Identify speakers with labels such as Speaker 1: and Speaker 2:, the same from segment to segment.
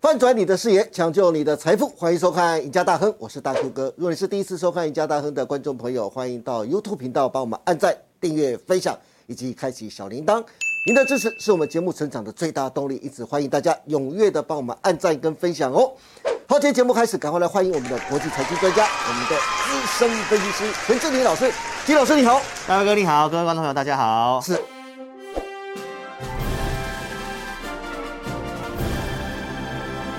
Speaker 1: 翻转你的视野，抢救你的财富，欢迎收看《赢家大亨》，我是大 Q 哥。如果你是第一次收看《赢家大亨》的观众朋友，欢迎到 YouTube 频道帮我们按赞、订阅、分享以及开启小铃铛。您的支持是我们节目成长的最大动力，因此欢迎大家踊跃的帮我们按赞跟分享哦。好，今天节目开始，赶快来欢迎我们的国际财经专家，我们的资深分析师陈志林老师。金老师你好，
Speaker 2: 大卫哥你好，各位观众朋友大家好。
Speaker 1: 是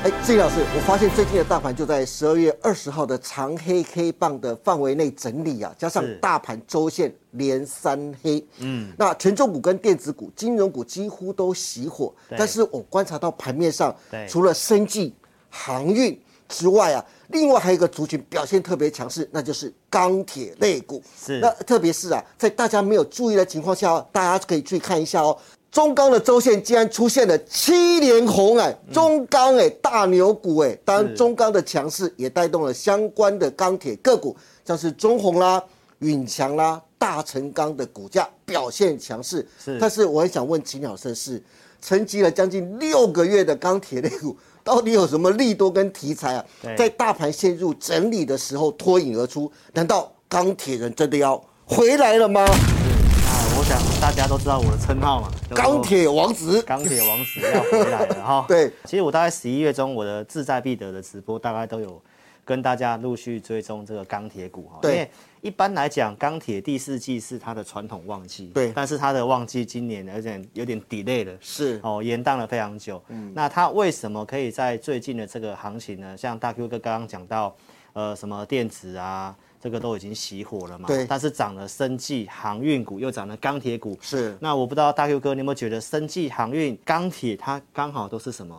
Speaker 1: 哎，志毅老师，我发现最近的大盘就在十二月二十号的长黑 K 棒的范围内整理啊，加上
Speaker 2: 是
Speaker 1: 大盘周线连三黑，嗯，那权重股跟电子股、金融股几乎都熄火，
Speaker 2: 对
Speaker 1: 但是我观察到盘面上
Speaker 2: 对，
Speaker 1: 除了生技、航运之外啊，另外还有一个族群表现特别强势，那就是钢铁类股。
Speaker 2: 是
Speaker 1: 那特别是啊，在大家没有注意的情况下哦，大家可以注意看一下哦。中钢的周线竟然出现了七连红哎，中钢哎大牛股哎，当然
Speaker 2: 嗯是
Speaker 1: 中钢的强势也带动了相关的钢铁个股，像是中红啦、允强啦、大成钢的股价表现强势。
Speaker 2: 是
Speaker 1: 但是我很想问秦老师的是，沉寂了将近六个月的钢铁类股， 到底有什么利多跟题材啊？
Speaker 2: 对
Speaker 1: 在大盘陷入整理的时候脱颖而出，难道钢铁人真的要回来了吗？
Speaker 2: 啊，我想大家都知道我的称号嘛，叫做
Speaker 1: 钢铁王子，。
Speaker 2: 钢铁王子要回来了 哈
Speaker 1: 对，
Speaker 2: 其实我大概十一月中我的志在必得的直播，大概都有跟大家陆续追踪这个钢铁股哈。
Speaker 1: 对
Speaker 2: 因为一般来讲，钢铁第四季是它的传统旺季，
Speaker 1: 对
Speaker 2: 但是它的旺季今年有点有点 delay 了，
Speaker 1: 是嗯
Speaker 2: 哦，延宕了非常久。那它为什么可以在最近的这个行情呢？像大 Q 哥刚刚讲到，呃，什么电子啊，这个都已经熄火了嘛。
Speaker 1: 对
Speaker 2: 但是涨了生技、航运股，又涨了钢铁股。
Speaker 1: 是
Speaker 2: 那我不知道大 Q 哥，你有没有觉得生技、航运、钢铁它刚好都是什么？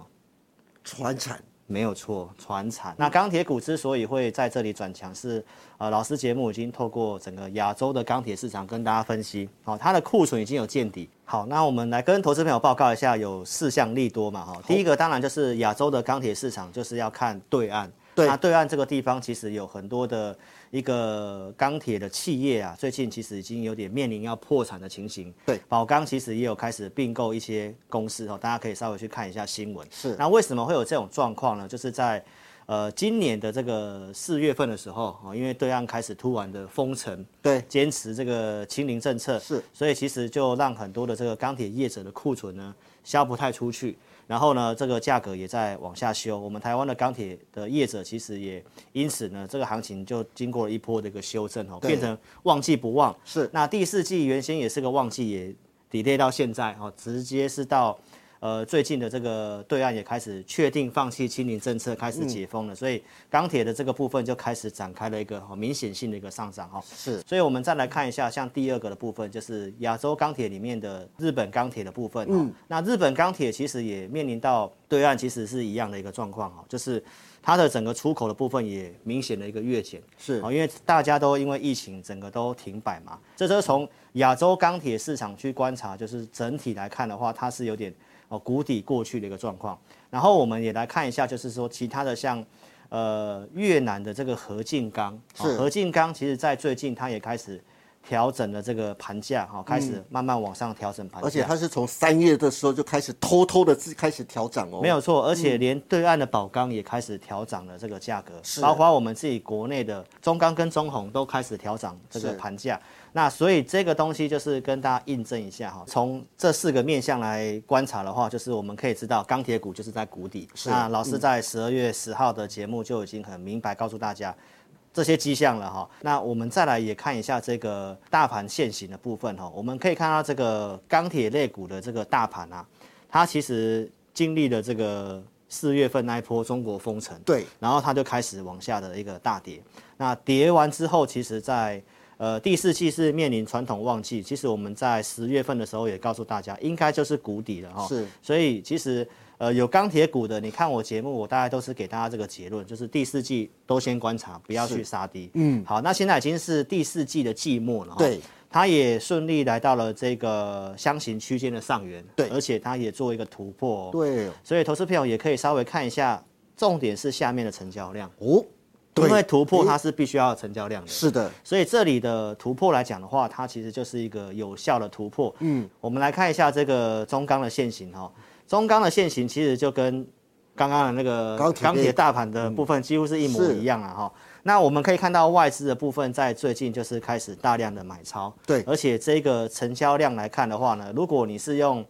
Speaker 1: 船产
Speaker 2: 没有错，船产。那钢铁股之所以会在这里转强是，呃，老师节目已经透过整个亚洲的钢铁市场跟大家分析，好、它的库存已经有见底。好，那我们来跟投资朋友报告一下，有四项利多嘛，哈、第一个当然就是亚洲的钢铁市场，就是要看对岸。
Speaker 1: 对
Speaker 2: 那对岸这个地方其实有很多的一个钢铁的企业啊，最近其实已经有点面临要破产的情形。
Speaker 1: 对
Speaker 2: 宝钢其实也有开始并购一些公司哦，大家可以稍微去看一下新闻。
Speaker 1: 是
Speaker 2: 那为什么会有这种状况呢？就是在呃今年的这个四月份的时候哦，因为对岸开始突然的封城，
Speaker 1: 对
Speaker 2: 坚持这个清零政策，
Speaker 1: 是，
Speaker 2: 所以其实就让很多的这个钢铁业者的库存呢销不太出去，然后呢这个价格也在往下修。我们台湾的钢铁的业者其实也因此呢这个行情就经过了一波的一个修正哦，
Speaker 1: 对
Speaker 2: 变成旺季不旺。
Speaker 1: 是
Speaker 2: 那第四季原先也是个旺季，也 delay 到现在哦，直接是到呃最近的这个对岸也开始确定放弃清零政策，开始解封了，所以钢铁的这个部分就开始展开了一个哦明显性的一个上涨哦。
Speaker 1: 是
Speaker 2: 所以我们再来看一下，像第二个的部分，就是亚洲钢铁里面的日本钢铁的部分。嗯，那日本钢铁其实也面临到对岸其实是一样的一个状况哦，就是它的整个出口的部分也明显的一个月减。
Speaker 1: 是
Speaker 2: 哦，因为大家都因为疫情整个都停摆嘛，这就是从亚洲钢铁市场去观察，就是整体来看的话，它是有点哦谷底过去的一个状况。然后我们也来看一下，就是说其他的像。呃，越南的这个合进钢，哦
Speaker 1: 是
Speaker 2: 合进钢，其实在最近它也开始调整了这个盘价，哈、开始慢慢往上调整盘
Speaker 1: 嗯
Speaker 2: 价、
Speaker 1: 而且它是从三月的时候就开始偷偷的自开始调涨哦。
Speaker 2: 没有错，而且连对岸的宝钢也开始调涨了这个价格，
Speaker 1: 是
Speaker 2: 包括我们自己国内的中钢跟中红都开始调涨这个
Speaker 1: 是
Speaker 2: 盘价。那所以这个东西就是跟大家印证一下哈，从这四个面向来观察的话，就是我们可以知道钢铁股就是在谷底。
Speaker 1: 是嗯
Speaker 2: 那老师在十二月十号的节目就已经很明白告诉大家。这些迹象了哈，那我们再来也看一下这个大盘现行的部分哈，我们可以看到这个钢铁类股的这个大盘啊，它其实经历了这个四月份那一波中国封城，
Speaker 1: 对，
Speaker 2: 然后它就开始往下的一个大跌。那跌完之后，其实在呃第四季是面临传统旺季，其实我们在十月份的时候也告诉大家，应该就是谷底了哈。
Speaker 1: 是，
Speaker 2: 所以其实呃有钢铁股的，你看我节目，我大概都是给大家这个结论，就是第四季都先观察，不要去杀低。嗯，好，那现在已经是第四季的季末了哈。
Speaker 1: 对。
Speaker 2: 它也顺利来到了这个箱型区间的上缘，
Speaker 1: 对
Speaker 2: 而且它也做一个突破、哦，
Speaker 1: 对
Speaker 2: 所以投资朋友也可以稍微看一下，重点是下面的成交量，
Speaker 1: 哦，对
Speaker 2: 因为突破它是必须要有成交量的。
Speaker 1: 是的，
Speaker 2: 所以这里的突破来讲的话，它其实就是一个有效的突破。嗯，我们来看一下这个中钢的线型哈、哦，中钢的线型其实就跟刚刚的那个
Speaker 1: 钢铁类嗯
Speaker 2: 钢铁大盘的部分几乎是一模
Speaker 1: 是
Speaker 2: 一样啊哈。那我们可以看到外资的部分在最近就是开始大量的买超，
Speaker 1: 对
Speaker 2: 而且这个成交量来看的话呢，如果你是用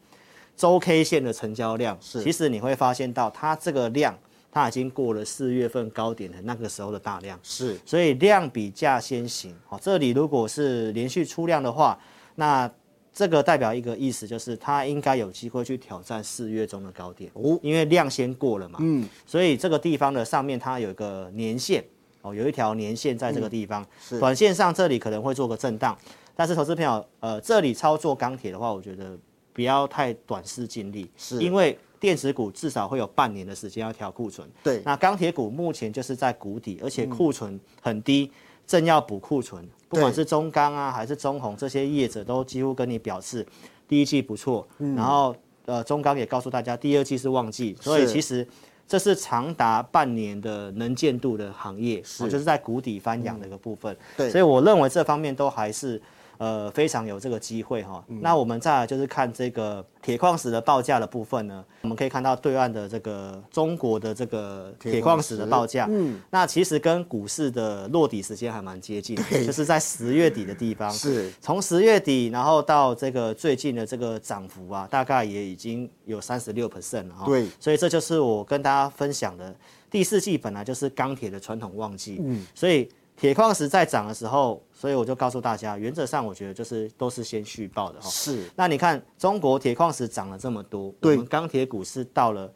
Speaker 2: 周 K 线的成交量，
Speaker 1: 是
Speaker 2: 其实你会发现到它这个量它已经过了四月份高点的那个时候的大量，
Speaker 1: 是
Speaker 2: 所以量比价先行。好，这里如果是连续出量的话，那这个代表一个意思，就是它应该有机会去挑战四月中的高点，
Speaker 1: 哦
Speaker 2: 因为量先过了嘛。嗯，所以这个地方的上面它有一个年限，哦，有一条年限在这个地方。
Speaker 1: 嗯是
Speaker 2: 短线上这里可能会做个震荡，但是投资朋友，呃，这里操作钢铁的话，我觉得不要太短视尽力，
Speaker 1: 是
Speaker 2: 因为电子股至少会有半年的时间要调库存。
Speaker 1: 对
Speaker 2: 那钢铁股目前就是在谷底，而且库存很低，正要补库存。不管是中钢啊，还是中红，这些业者都几乎跟你表示，
Speaker 1: 嗯
Speaker 2: 第一季不错，然后呃，中钢也告诉大家，第二季是旺季，所以
Speaker 1: 是
Speaker 2: 其实这是长达半年的能见度的行业，
Speaker 1: 是
Speaker 2: 哦就是在谷底翻扬的一个部分。
Speaker 1: 对
Speaker 2: 所以我认为这方面都还是。呃，非常有这个机会哈、那我们再来就是看这个铁矿石的报价的部分呢，我们可以看到对岸的这个中国的这个铁矿石的报价，嗯，那其实跟股市的落底时间还蛮接近的，就是在十月底的地方。
Speaker 1: 是
Speaker 2: 从十月底，然后到这个最近的这个涨幅啊，大概也已经有三十六 percent 了哈、
Speaker 1: 对
Speaker 2: 所以这就是我跟大家分享的第四季本来就是钢铁的传统旺季，嗯，所以铁矿石在涨的时候，所以我就告诉大家，原则上我觉得就是都是先续报的哈、
Speaker 1: 是
Speaker 2: 那你看中国铁矿石涨了这么多，
Speaker 1: 对
Speaker 2: 我们钢铁股是到了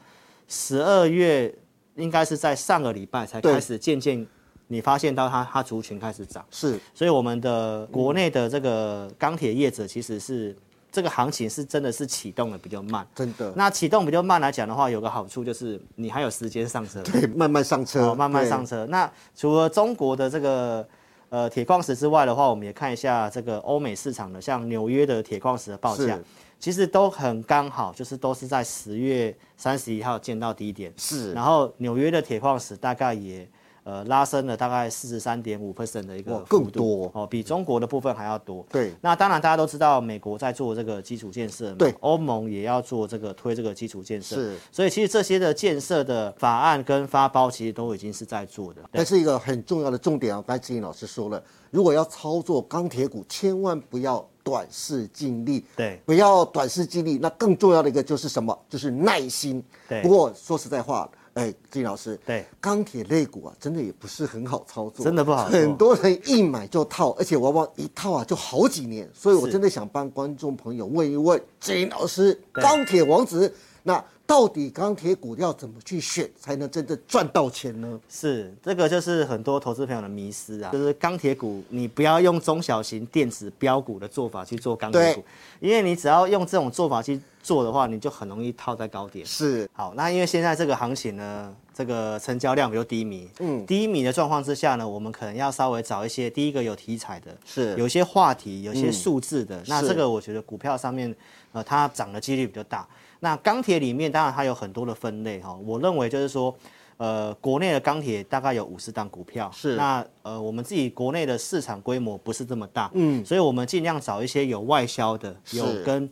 Speaker 2: 十二月，应该是在上个礼拜才
Speaker 1: 对
Speaker 2: 开始渐渐你发现到它它族群开始涨。
Speaker 1: 是
Speaker 2: 所以我们的国内的这个钢铁业者其实是这个行情是真的是启动的比较慢。
Speaker 1: 真的，
Speaker 2: 那启动比较慢来讲的话，有个好处就是你还有时间上车，
Speaker 1: 对，慢慢上车，
Speaker 2: 哦，慢慢
Speaker 1: 对
Speaker 2: 上车。那除了中国的这个呃铁矿石之外的话，我们也看一下这个欧美市场的，像纽约的铁矿石的报价
Speaker 1: 是，
Speaker 2: 其实都很刚好，就是都是在十月三十一号见到低点。
Speaker 1: 是
Speaker 2: 然后纽约的铁矿石大概也呃拉升了大概四十三点五 percent 的一个
Speaker 1: 哇
Speaker 2: 幅
Speaker 1: 更
Speaker 2: 度
Speaker 1: 多
Speaker 2: 哦，比中国的部分还要多。
Speaker 1: 对
Speaker 2: 那当然大家都知道，美国在做这个基础建设嘛，
Speaker 1: 对
Speaker 2: 欧盟也要做这个推这个基础建设，
Speaker 1: 是，
Speaker 2: 所以其实这些的建设的法案跟发包其实都已经是在做的。
Speaker 1: 但是一个很重要的重点啊，刚才志颖老师说了，如果要操作钢铁股，千万不要短视尽力。
Speaker 2: 对
Speaker 1: 不要短视尽力。那更重要的一个就是什么？就是耐心。
Speaker 2: 对
Speaker 1: 不过说实在话，哎，志颖老师，
Speaker 2: 对
Speaker 1: 钢铁类股啊，真的也不是很好操作，
Speaker 2: 真的不好做
Speaker 1: 很多人一买就套，而且往往一套啊就好几年。所以我
Speaker 2: 是
Speaker 1: 真的想帮观众朋友问一问志颖老师，
Speaker 2: 对
Speaker 1: 钢铁王子，那到底钢铁股要怎么去选，才能真正赚到钱呢？
Speaker 2: 是，这个就是很多投资朋友的迷失啊，就是钢铁股，你不要用中小型电子标股的做法去做钢铁股，因为你只要用这种做法去做的话，你就很容易套在高点。
Speaker 1: 是
Speaker 2: 好，那因为现在这个行情呢，这个成交量比较低迷，
Speaker 1: 嗯
Speaker 2: 嗯，低迷的状况之下呢，我们可能要稍微找一些第一个有题材的，
Speaker 1: 是嗯
Speaker 2: 有一些话题，有一些数字的。那
Speaker 1: 是
Speaker 2: 这个我觉得股票上面，呃，它涨的几率比较大。那钢铁里面当然它有很多的分类哈、我认为就是说。呃，国内的钢铁大概有五十档股票，
Speaker 1: 是
Speaker 2: 那呃，我们自己国内的市场规模不是这么大，嗯，所以我们尽量找一些有外销的，有
Speaker 1: 是
Speaker 2: 跟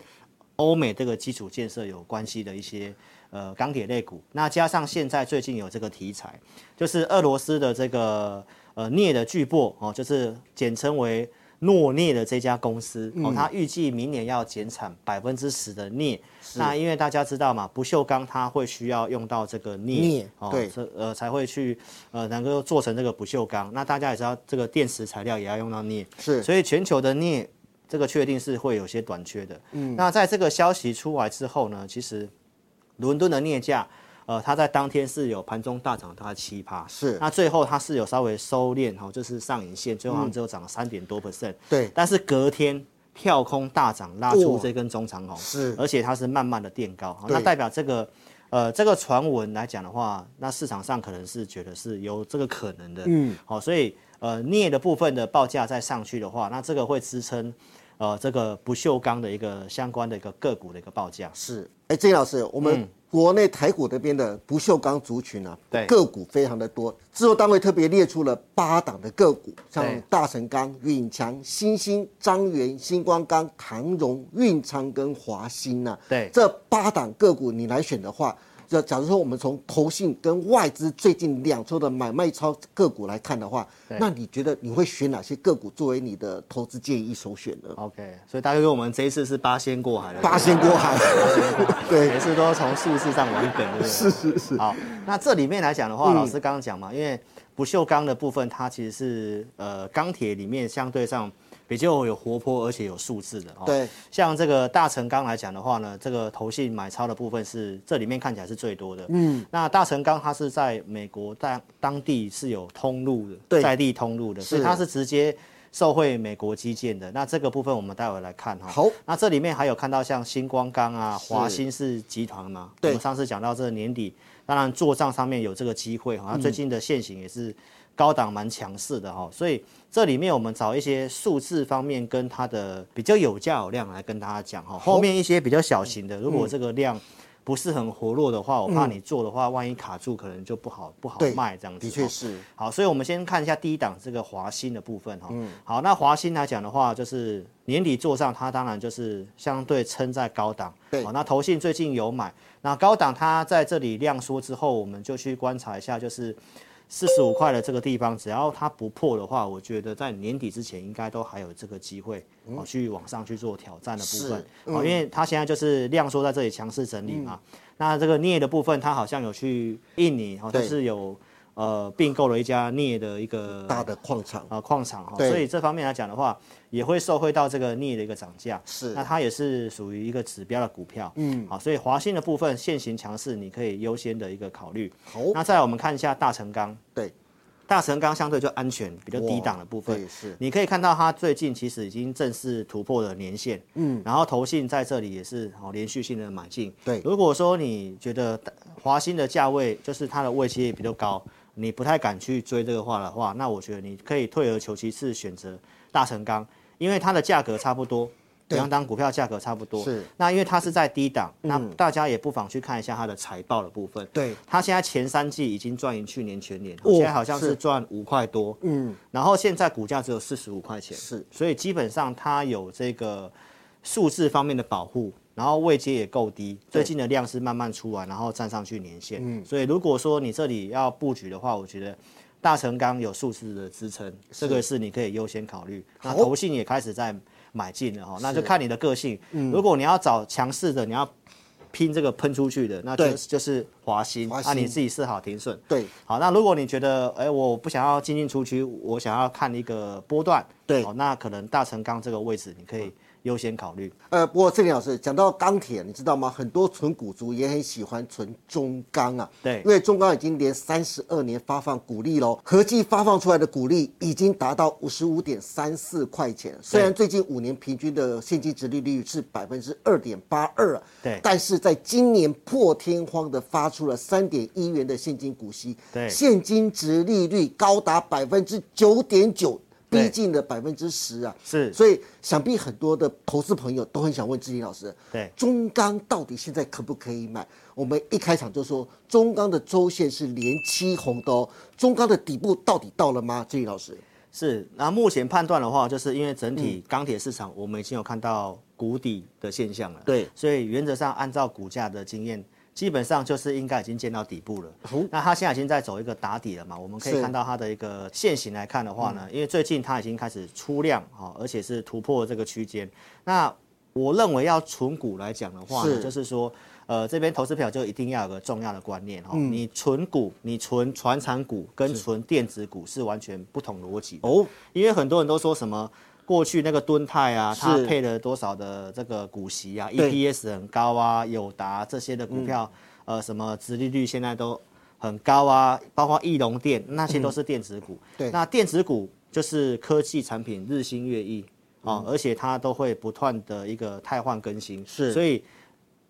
Speaker 2: 欧美这个基础建设有关系的一些呃钢铁类股，那加上现在最近有这个题材，就是俄罗斯的这个呃镍的巨擘哦，就是简称为诺镍的这家公司
Speaker 1: 嗯
Speaker 2: 哦，它预计明年要减产百分之十的镍。那因为大家知道嘛，不锈钢它会需要用到这个镍
Speaker 1: 镍
Speaker 2: 哦，
Speaker 1: 对
Speaker 2: 这呃才会去呃能够做成这个不锈钢。那大家也知道，这个电池材料也要用到镍，
Speaker 1: 是
Speaker 2: 所以全球的镍这个确定是会有些短缺的。嗯，那在这个消息出来之后呢，其实伦敦的镍价，呃，它在当天是有盘中大涨大概七趴，
Speaker 1: 是
Speaker 2: 那最后它是有稍微收敛哈、哦，就是上影线，最后好像只有涨了三点多 percent，、
Speaker 1: 对
Speaker 2: 但是隔天跳空大涨，拉
Speaker 1: 哇
Speaker 2: 出这根中长红，
Speaker 1: 是
Speaker 2: 而且它是慢慢的垫高，好那
Speaker 1: 对
Speaker 2: 代表这个。呃，这个传闻来讲的话，那市场上可能是觉得是有这个可能的，嗯，好、所以呃镍的部分的报价再上去的话，那这个会支撑呃这个不锈钢的一个相关的一个个股的一个报价，
Speaker 1: 是，哎，郑老师，我们国内台股这边的不锈钢族群啊，
Speaker 2: 嗯对
Speaker 1: 个股非常的多，制作单位特别列出了八档的个股，像
Speaker 2: 对
Speaker 1: 大成钢、运强、新兴、张元、星光钢、唐荣、运昌跟华兴啊，
Speaker 2: 对
Speaker 1: 这八档个股你来选的话，就假如说我们从投信跟外资最近两周的买卖超个股来看的话，那你觉得你会选哪些个股作为你的投资建议首选呢？
Speaker 2: OK，所以大哥跟我们这一次是八仙过海了，
Speaker 1: 八仙过 海，对
Speaker 2: 每次都从数字上玩梗，对不对？是是是。好，那这里面来讲的话，老师刚刚讲嘛，因为不锈钢的部分，它其实是呃钢铁里面相对上比较有活泼，而且有数字的。哦
Speaker 1: 对，
Speaker 2: 像这个大成钢来讲的话呢，这个投信买超的部分是这里面看起来是最多的。嗯，那大成钢它是在美国当当地是有通路
Speaker 1: 对
Speaker 2: 的，在地通路的，所以
Speaker 1: 是
Speaker 2: 它是直接受惠美国基建的。那这个部分我们待会来看哈。
Speaker 1: 好
Speaker 2: 那这里面还有看到像星光钢啊、
Speaker 1: 是
Speaker 2: 华兴是集团嘛，
Speaker 1: 对
Speaker 2: 我们上次讲到这个年底，当然做账上面有这个机会
Speaker 1: 嗯
Speaker 2: 哈，那最近的现行也是高档蛮强势的哈，所以这里面我们找一些数字方面跟它的比较有价有量来跟大家讲哈，后面一些比较小型
Speaker 1: 嗯
Speaker 2: 的，如果这个量。不是很活络的话，我怕你做的话，万一卡住，可能就不好不好
Speaker 1: 对
Speaker 2: 卖这样子。
Speaker 1: 的确
Speaker 2: 哈
Speaker 1: 是
Speaker 2: 好，所以我们先看一下第一档这个华兴的部分哈、
Speaker 1: 嗯
Speaker 2: 好，那华兴来讲的话，就是年底做上，它当然就是相对撑在高档。
Speaker 1: 对
Speaker 2: 好那投信最近有买，那高档它在这里量缩之后，我们就去观察一下，就是四十五块的这个地方，只要它不破的话，我觉得在年底之前应该都还有这个机会，哦，去往上去做挑战的部
Speaker 1: 嗯
Speaker 2: 分
Speaker 1: 是。嗯
Speaker 2: 哦，因为它现在就是量缩在这里强势整理嘛。那这个镍的部分，它好像有去印尼，哦，就
Speaker 1: 对
Speaker 2: 是有呃并购了一家镍的一个
Speaker 1: 大的矿场，
Speaker 2: 啊矿场哈，
Speaker 1: 对
Speaker 2: 所以这方面来讲的话，也会受惠到这个镍的一个涨价。
Speaker 1: 是
Speaker 2: 那它也是属于一个指标的股票。嗯，好，所以华兴的部分现行强势，你可以优先的一个考虑。
Speaker 1: 好，
Speaker 2: 那再来我们看一下大成钢，
Speaker 1: 对，
Speaker 2: 大成钢相对就安全，比较低档的部分。
Speaker 1: 对是
Speaker 2: 你可以看到它最近其实已经正式突破了年线，嗯，然后投信在这里也是哦连续性的买进。
Speaker 1: 对
Speaker 2: 如果说你觉得华兴的价位就是它的位阶也比较高，你不太敢去追这个话的话，那我觉得你可以退而求其次，选择大成钢，因为它的价格差不多。两档股票价格差不多，
Speaker 1: 是嗯
Speaker 2: 那因为它是在低档，那大家也不妨去看一下它的财报的部分。
Speaker 1: 对，
Speaker 2: 它现在前三季已经赚赢去年全年，
Speaker 1: 哦
Speaker 2: 现在好像
Speaker 1: 是
Speaker 2: 是赚五块多，嗯，然后现在股价只有四十五块钱，
Speaker 1: 是，
Speaker 2: 所以基本上它有这个数字方面的保护，然后位阶也够低，最近的量是慢慢出来，然后站上去年线，嗯，所以如果说你这里要布局的话，我觉得。大成钢有数字的支撑，这个是你可以优先考虑。那投信也开始在买进了哈，那就看你的个性。如果你要找强势的，你要拼这个喷出去的，那就
Speaker 1: 对
Speaker 2: 是就是华兴，
Speaker 1: 华
Speaker 2: 啊，你
Speaker 1: 兴
Speaker 2: 自己设好停损。
Speaker 1: 对，
Speaker 2: 好，那如果你觉得，哎、我不想要进进出出，我想要看一个波段，
Speaker 1: 对
Speaker 2: 好，那可能大成钢这个位置你可以优先考虑。
Speaker 1: 呃，不过郑林老师讲到钢铁，你知道吗？很多纯股族也很喜欢纯中钢啊。
Speaker 2: 对
Speaker 1: 因为中钢已经连三十二年发放股利喽，合计发放出来的股利已经达到五十五点三四块钱。虽然最近五年平均的现金值利率是百分之二点八二，啊
Speaker 2: 对
Speaker 1: 但是在今年破天荒的发出了三点一元的现金股息，
Speaker 2: 对
Speaker 1: 现金值利率高达百分之九点九，逼
Speaker 2: 对
Speaker 1: 近了百分之十啊。
Speaker 2: 是
Speaker 1: 所以想必很多的投资朋友都很想问志林老师，
Speaker 2: 对
Speaker 1: 中钢到底现在可不可以买？我们一开场就说中钢的周线是连七红的哦，中钢的底部到底到了吗？志林老师，
Speaker 2: 是，那目前判断的话，就是因为整体
Speaker 1: 嗯
Speaker 2: 钢铁市场，我们已经有看到谷底的现象了。
Speaker 1: 对
Speaker 2: 所以原则上按照股价的经验，基本上就是应该已经见到底部了。那它现在已经在走一个打底了嘛？我们可以
Speaker 1: 哦是
Speaker 2: 看到它的一个现形来看的话呢，因为最近它已经开始出量哈、哦，而且是突破这个区间。那我认为要存股来讲的话呢，
Speaker 1: 是
Speaker 2: 就是说，呃，这边投资票就一定要有个重要的观念哈、哦
Speaker 1: 嗯
Speaker 2: 你存股、你存传产股跟存电子股是完全不同逻辑的
Speaker 1: 哦，
Speaker 2: 因为很多人都说什么过去那个敦泰啊，它
Speaker 1: 是
Speaker 2: 配了多少的这个股息啊
Speaker 1: 对嗯
Speaker 2: ，EPS 很高啊，友达这些的股票，呃，什么殖利率现在都很高啊，包括翼龙电那些都是电子股。
Speaker 1: 嗯对
Speaker 2: 那电子股就是科技产品日新月异啊、
Speaker 1: 嗯
Speaker 2: 而且它都会不断的一个汰换更新，
Speaker 1: 是
Speaker 2: 所以。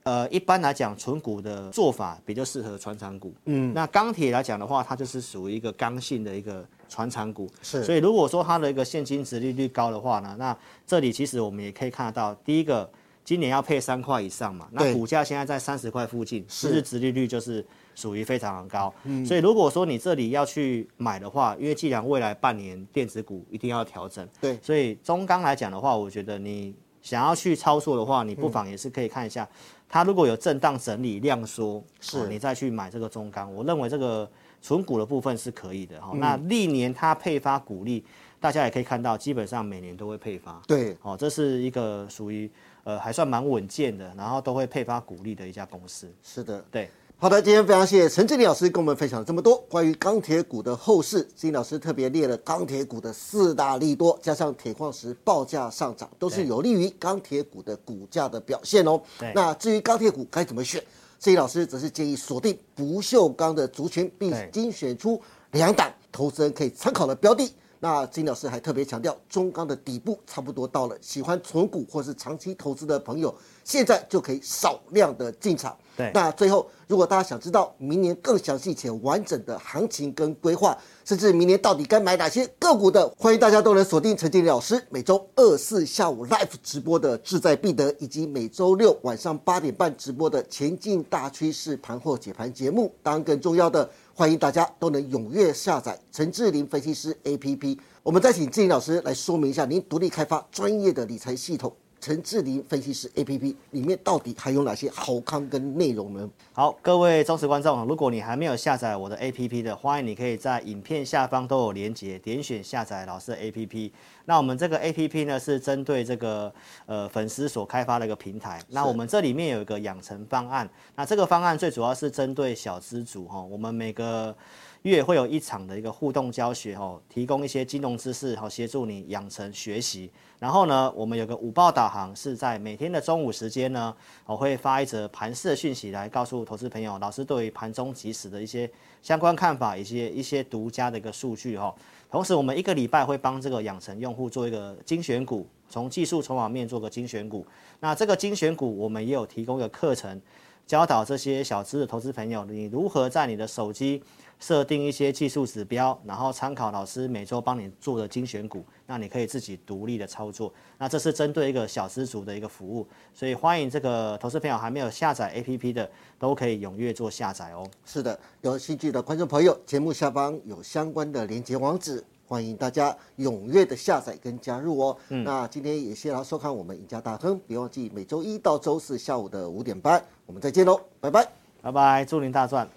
Speaker 2: 呃，一般来讲，纯股的做法比较适合传产股。嗯，那钢铁来讲的话，它就是属于一个刚性的一个传产股。
Speaker 1: 是
Speaker 2: 所以如果说它的一个现金值利率高的话呢，那这里其实我们也可以看得到，第一个今年要配三块以上嘛，
Speaker 1: 对
Speaker 2: 那股价现在在三十块附近，
Speaker 1: 是嗯
Speaker 2: 是不是值利率就是属于非常高？所以如果说你这里要去买的话，因为既然未来半年电子股一定要调整，
Speaker 1: 对
Speaker 2: 所以中钢来讲的话，我觉得你。想要去操作的话，
Speaker 1: 嗯
Speaker 2: 你不妨也是可以看一下，它如果有震荡整理量缩，
Speaker 1: 是
Speaker 2: 哦你再去买这个中钢。我认为这个存股的部分是可以的
Speaker 1: 嗯
Speaker 2: 哈、哦那历年它配发股利，大家也可以看到，基本上每年都会配发。
Speaker 1: 对，
Speaker 2: 哦，这是一个属于呃还算蛮稳健的，然后都会配发股利的一家公司。
Speaker 1: 是的。
Speaker 2: 对，
Speaker 1: 好的，今天非常谢谢陈志林老师跟我们分享了这么多关于钢铁股的后市。志林老师特别列了钢铁股的四大利多，加上铁矿石报价上涨，都是有利于钢铁股的股价的表现哦
Speaker 2: 对。
Speaker 1: 那至于钢铁股该怎么选，志林老师则是建议锁定不锈钢的族群，并
Speaker 2: 对
Speaker 1: 精选出两档投资人可以参考的标的。那金老师还特别强调，中钢的底部差不多到了，喜欢存股或是长期投资的朋友，现在就可以少量的进场。
Speaker 2: 对
Speaker 1: 那最后，如果大家想知道明年更详细且完整的行情跟规划，甚至明年到底该买哪些个股的，欢迎大家都能锁定陈建林老师每周二四下午 live 直播的志在必得，以及每周六晚上八点半直播的前进大趋势盘后解盘节目。当然，更重要的，欢迎大家都能踊跃下载陈志林分析师 APP。我们再请志林老师来说明一下，您独立开发专业的理财系统陈志林分析师 APP 里面到底还有哪些好康跟内容呢？
Speaker 2: 好，各位忠实观众，如果你还没有下载我的 APP 的，欢迎你可以在影片下方都有连结，点选下载老师的 APP。那我们这个 APP 呢，是针对这个呃粉丝所开发的一个平台。那我们这里面有一个养成方案，那这个方案最主要是针对小资族哈，我们每个月会有一场的一个互动教学哦，提供一些金融知识，好协助你养成学习。然后呢，我们有个午报导航是在每天的中午时间呢，我哦会发一则盘市的讯息来告诉投资朋友，老师对于盘中即时的一些相关看法，以及一些独家的一个数据哈、哦。同时，我们一个礼拜会帮这个养成用户做一个精选股，从技术筹码面做个精选股。那这个精选股，我们也有提供一个课程，教导这些小资的投资朋友，你如何在你的手机设定一些技术指标，然后参考老师每周帮你做的精选股，那你可以自己独立的操作。那这是针对一个小资族的一个服务，所以欢迎这个投资朋友还没有下载 APP 的，都可以踊跃做下载哦。
Speaker 1: 是的，有兴趣的观众朋友，节目下方有相关的连接网址，欢迎大家踊跃的下载跟加入哦。那今天也谢谢大家收看我们赢家大亨，别忘记每周一到周四下午的五点半，我们再见喽，拜拜。
Speaker 2: 拜拜，祝您大赚！